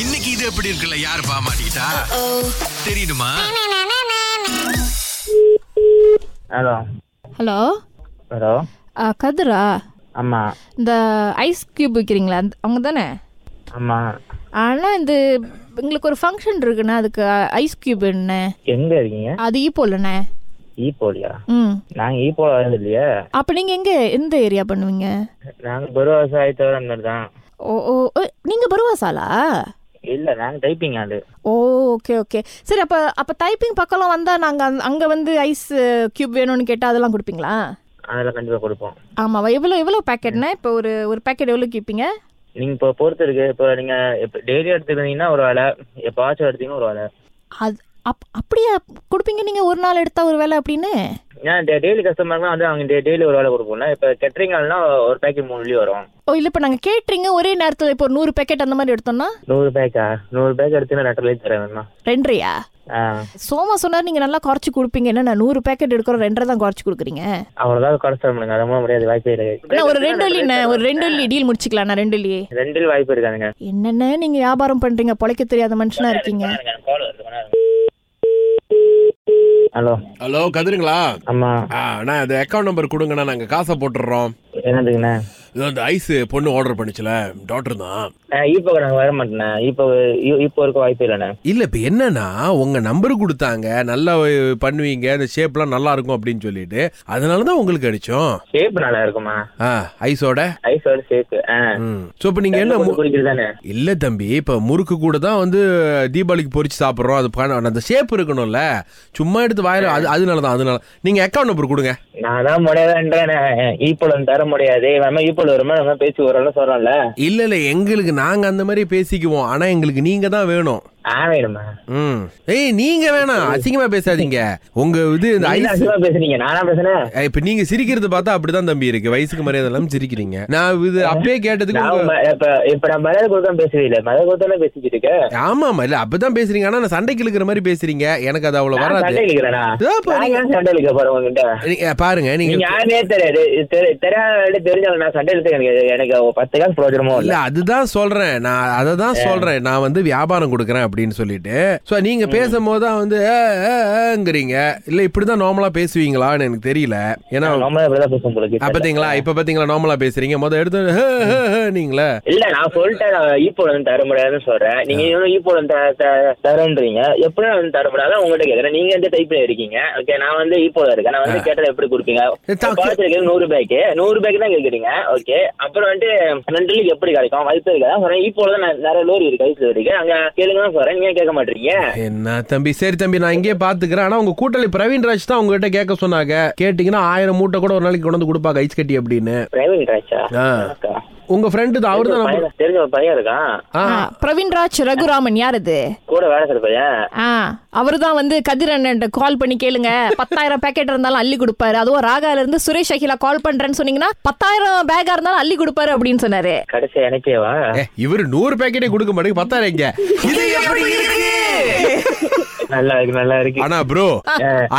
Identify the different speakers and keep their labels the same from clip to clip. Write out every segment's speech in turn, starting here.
Speaker 1: இன்னைக்கு இது எப்படி இருக்குல்ல யாரு பாமாட்டா தெரியுமா
Speaker 2: ஹலோ
Speaker 3: ஹலோ
Speaker 2: ஹலோ
Speaker 3: ஆ, கதிரா
Speaker 2: ஆமா
Speaker 3: இந்த ஐஸ் கியூப் விற்கிறீங்களா அந்த- அவங்க தானே
Speaker 2: ஆமா
Speaker 3: ஆனால் இந்த எங்களுக்கு ஒரு ஃபங்க்ஷன் இருக்குண்ணே அதுக்கு ஐஸ் கியூப் என்ன
Speaker 2: எங்க இருக்கீங்க
Speaker 3: அது ஈப்போலண்ணே
Speaker 2: ஈப்போலியா
Speaker 3: ம்
Speaker 2: நாங்க ஈப்போல வந்தது இல்லையா
Speaker 3: அப்போ நீங்கள் எங்கே எந்த ஏரியா பண்ணுவீங்க
Speaker 2: நாங்க பருவாசா ஆயத்தவர அந்த மாதிரி தான்
Speaker 3: ஓ ஓ நீங்கள் பருவாசாலா
Speaker 2: இல்ல நாங்க டைப்பிங் ஆளு
Speaker 3: ஓ ஓகே ஓகே சரி அப்போ அப்போ டைப்பிங் பக்கம்லாம் வந்தால் நாங்கள் அங்கே வந்து ஐஸ் கியூப் வேணும்னு கேட்டால் அதெல்லாம் கொடுப்பீங்களா
Speaker 2: அதெல்லாம் கண்டிப்பா கொடுப்போம்
Speaker 3: ஆமாவா எவ்வளோ எவ்வளோ பேக்கெட்ண்ணே இப்போ ஒரு ஒரு பேக்கெட் எவ்வளோ கேட்பீங்க
Speaker 2: நீங்க இப்போ பொறுத்து இருக்கு இப்போ நீங்க டெய்லி எடுத்துக்கிறீங்கன்னா ஒரு வேலை எப்போவாச்சும் எடுத்தீங்கன்னா ஒரு வேலை
Speaker 3: அது அப் அப்படியா கொடுப்பீங்க நீங்கள் ஒரு நாள் எடுத்தால் ஒரு வேலை அப்படின்னு
Speaker 2: ஏன் டெய்லி கஸ்டமர்னா வந்து அவங்க டெய்லி ஒரு வேலை கொடுப்போம்ல இப்போ கெட்டரிங் ஆளுனா ஒரு பேக்கெட் மூணு வெளியே வரும்
Speaker 3: ஓ இல்லை இப்போ நாங்கள் கேட்றீங்க ஒரே நேரத்தில் இப்போ ஒரு நூறு பேக்கெட் அந்த மாதிரி எடுத்தோம்னா
Speaker 2: நூறு பேக்கா நூறு பேக் எடுத்தீங்கன்னா ரெண்டு பேர் தரேன் வேணுமா
Speaker 3: ரெண்டரையா
Speaker 2: ஆ
Speaker 3: சோமா சொன்னார் நீங்கள் நல்லா குறைச்சி கொடுப்பீங்க என்ன நான் நூறு பேக்கெட் எடுக்கிறோம் ரெண்டரை தான் குறைச்சி கொடுக்குறீங்க
Speaker 2: அவ்வளோதான் குறைச்ச முடியுங்க அது மூலம் முடியாது வாய்ப்பே இருக்கு
Speaker 3: அண்ணா ஒரு ரெண்டு இல்லைண்ணே ஒரு ரெண்டு இல்லி டீல் முடிச்சுக்கலாம் நான் ரெண்டு இல்லையே
Speaker 2: ரெண்டில் வாய்ப்பு இருக்காதுங்க
Speaker 3: என்னென்ன நீங்கள் வியாபாரம் பண்ணுறீங்க பொழைக்க தெரியாத மனுஷனாக இருக்கீங்க
Speaker 2: ஹலோ
Speaker 4: ஹலோ கதிருங்களா
Speaker 2: ஆமா
Speaker 4: ஆ, அண்ணா இந்த அக்கௌண்ட் நம்பர் கொடுங்கண்ணா நாங்கள் காசை போட்டுடுறோம்
Speaker 2: என்னதுங்கண்ணா
Speaker 4: இதோ இந்த ஐஸ் பொண்ணு ஆர்டர் பண்ணிச்சுல டாக்டர் தான்
Speaker 2: இப்போ நாங்கள் வர மாட்டேண்ணே இப்போ இப்போ இருக்க வாய்ப்பு இல்லைண்ணே
Speaker 4: இல்ல இப்ப என்னன்னா உங்க நம்பர் கொடுத்தாங்க நல்லா அஹ், பண்ணுவீங்க இந்த ஷேப்லாம் நல்லா இருக்கும் அப்படின்னு சொல்லிட்டு அதனால தான் உங்களுக்கு அடிச்சோம்
Speaker 2: ஷேப் நல்லா இருக்குமா
Speaker 4: ஆ ஐஸோட
Speaker 2: ஐஸோட ஷேப் ஆ
Speaker 4: ம் ஸோ இப்போ நீங்க என்ன மு-
Speaker 2: குடிக்கிறது தானே
Speaker 4: இல்ல தம்பி இப்ப முறுக்கு கூட தான் வந்து தீபாவளிக்கு பொரிச்சு சாப்பிடுறோம் அது பண- அந்த ஷேப் இருக்கணும்ல சும்மா எடுத்து வாயில அது அதனால தான் அதனால நீங்க அக்கௌண்ட் நம்பர் கொடுங்க
Speaker 2: நான் தான் முடியாதுன்றேன் ஈப்போலம் தர முடியாது இவன் ஈப்போல் வருமா நம்ம பேசி வரலாம் சொல்கிறோம்ல
Speaker 4: இல்ல இல்ல எங்களுக்கு நாங்க அந்த மாதிரி பேசிக்குவோம் ஆனா எங்களுக்கு நீங்க தான் வேணும்
Speaker 2: ஆவேடுமா
Speaker 4: ம் ஏய் நீங்க வேணாம் அசிங்கமா பேசாதீங்க உங்க இது இந்த ஐஸ்
Speaker 2: ஐசியமா பேசுறீங்க நானா பேசுனேன்
Speaker 4: ஏய், இப்ப நீங்க சிரிக்கிறது பார்த்தா அப்படிதான் தம்பி இருக்கு வயசுக்கு மரியாதை இல்லாம சிரிக்கிறீங்க நான் இது அப்பயே கேட்டதுக்கு
Speaker 2: நான்
Speaker 4: உங்க-
Speaker 2: உங்க- இப்ப இப்ப நான் மரியாதை கொடுக்காம பேசுறது இல்ல மரியாதை கொடுத்தானே பேசிக்கிட்டு இருக்கேன்
Speaker 4: ஆமாமா இல்ல அப்பதான் பேசுறீங்க ஆனா நான் சண்டைக்கு இழுக்கிற மாதிரி பேசுறீங்க எனக்கு அது அவ்வளவு
Speaker 2: நான்
Speaker 4: வராது
Speaker 2: சண்டை இழுக்கிறேனா
Speaker 4: இதோ பாருங்க.
Speaker 2: நான் ஏன் சண்டை இழுக்க போறேன் உங்ககிட்ட
Speaker 4: நீங்க- பாருங்க
Speaker 2: நீங்க
Speaker 4: நீங்க
Speaker 2: யாருமே தெரியாது இது தெரி- தெரியாத தெரிஞ்சாலும் நான் சண்டை எடுத்து எனக்கு எனக்கு ஒரு பத்து காசு பிரோஜனமும்
Speaker 4: இல்ல
Speaker 2: இல்ல
Speaker 4: அதுதான் சொல்றேன் நான் அதை தான் சொல்றேன் நான் வந்து வியாபாரம் கொடுக்குறேன் அப்படின்னு சொல்லிட்டு சோ நீங்க பேசும்போது தான் வந்து ஏங்கிறீங்க இல்ல இப்படிதான் நார்மலா பேசுவீங்களான்னு எனக்கு தெரியல ஏன்னா
Speaker 2: நம்மளே இப்படிதான் பேசும் போல
Speaker 4: அப்ப
Speaker 2: இருக்கு.
Speaker 4: பாத்தீங்களா இப்ப பாத்தீங்களா நார்மலா பேசுறீங்க முத எடுத்து ஹே, ஹே, ஹேன்னீங்களே.
Speaker 2: இல்ல நான் சொல்லிட்டேன் நான் ஈப்போல வந்து தர முடியாதுன்னு சொல்றேன் நீங்க இன்னும் ஈப்போல வந்து த- த- தரேன்றீங்க எப்படி நான் வந்து தர முடியாது உங்ககிட்ட கேக்குறேன் நீங்க எந்த டைப்ல இருக்கீங்க ஓகே நான் வந்து ஈப்போல இருக்கேன் நான் வந்து கேட்டதை எப்படி கொடுப்பீங்க
Speaker 4: ஏ, தா-
Speaker 2: குறைச்சிருக்கிறது நூறு பேக்கு நூறு பேக்கு தான் கேக்குறீங்க ஓகே அப்புறம் வந்துட்டு ரெண்டு லீக் எப்படி கிடைக்கும் வாய்ப்பு இருக்காதான் சொல்றேன் ஈப்போல தான் நெ- நிறைய லோரி இருக்கு ஐஸ்ல இருக்கு அங்க கேளுங்க தான் சொல்றேன் நீங்க கேட்க மாட்டீங்க
Speaker 4: என்ன தம்பி சரி தம்பி நான் இங்கேயே பாத்துக்கிறேன் ஆனா உங்க கூட்டாளி பிரவீன் ராஜ் தான் உங்ககிட்ட கேட்க சொன்னாங்க கேட்டீங்கன்னா ஆயிரம் மூட்டை கூட ஒரு நாளைக்கு கொண்டு வந்து கொடுப்பாங்க ஐஸ் கட்டி அப்படின்னு
Speaker 2: பிரவீன் ராஜா
Speaker 4: ஆ. உங்க ஃப்ரெண்டு அவரு தான் நம்ம-
Speaker 2: பையன் தெரிஞ்ச ஒரு பையன் இருக்கான்
Speaker 4: ஆ,
Speaker 3: ஆ, பிரவீன்ராஜ் ரகுராமன் யார் அது
Speaker 2: கூட வேலை செய்யற பையன்
Speaker 3: ஆ அவர் தான் வந்து கதிரண்ணன் கால் பண்ணி கேளுங்க பத்தாயிரம் பேக்கெட் இருந்தாலும் அள்ளி கொடுப்பாரு அதுவும் ராகால இருந்து சுரேஷ் அகிலா கால் பண்றேன்னு சொன்னீங்கன்னா பத்தாயிரம் பேக்கா இருந்தாலும் அள்ளி கொடுப்பாரு அப்படின்னு சொன்னாரு
Speaker 2: கடைசி எனக்கேவா
Speaker 4: ஏ, இவரு நூறு பேக்கெட்டே கொடுக்க மாட்டேங்க பத்தாயிரம் இங்க. இது எப்படி
Speaker 2: நல்லா இருக்கு நல்லா இருக்கு
Speaker 4: ஆனா bro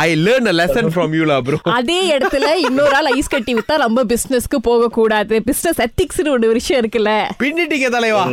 Speaker 4: I learn a lesson from யூலா ப்ரோ
Speaker 3: அதே இடத்துல இன்னொரு ஆள் ஐஸ் கட்டி வித்தா நம்ம பிசினஸ்க்கு போக கூடாது பிசினஸ் எத்திக்ஸ்னு ஒரு விஷயம் இருக்குல்ல
Speaker 4: பின்னிட்டீங்க தலைவா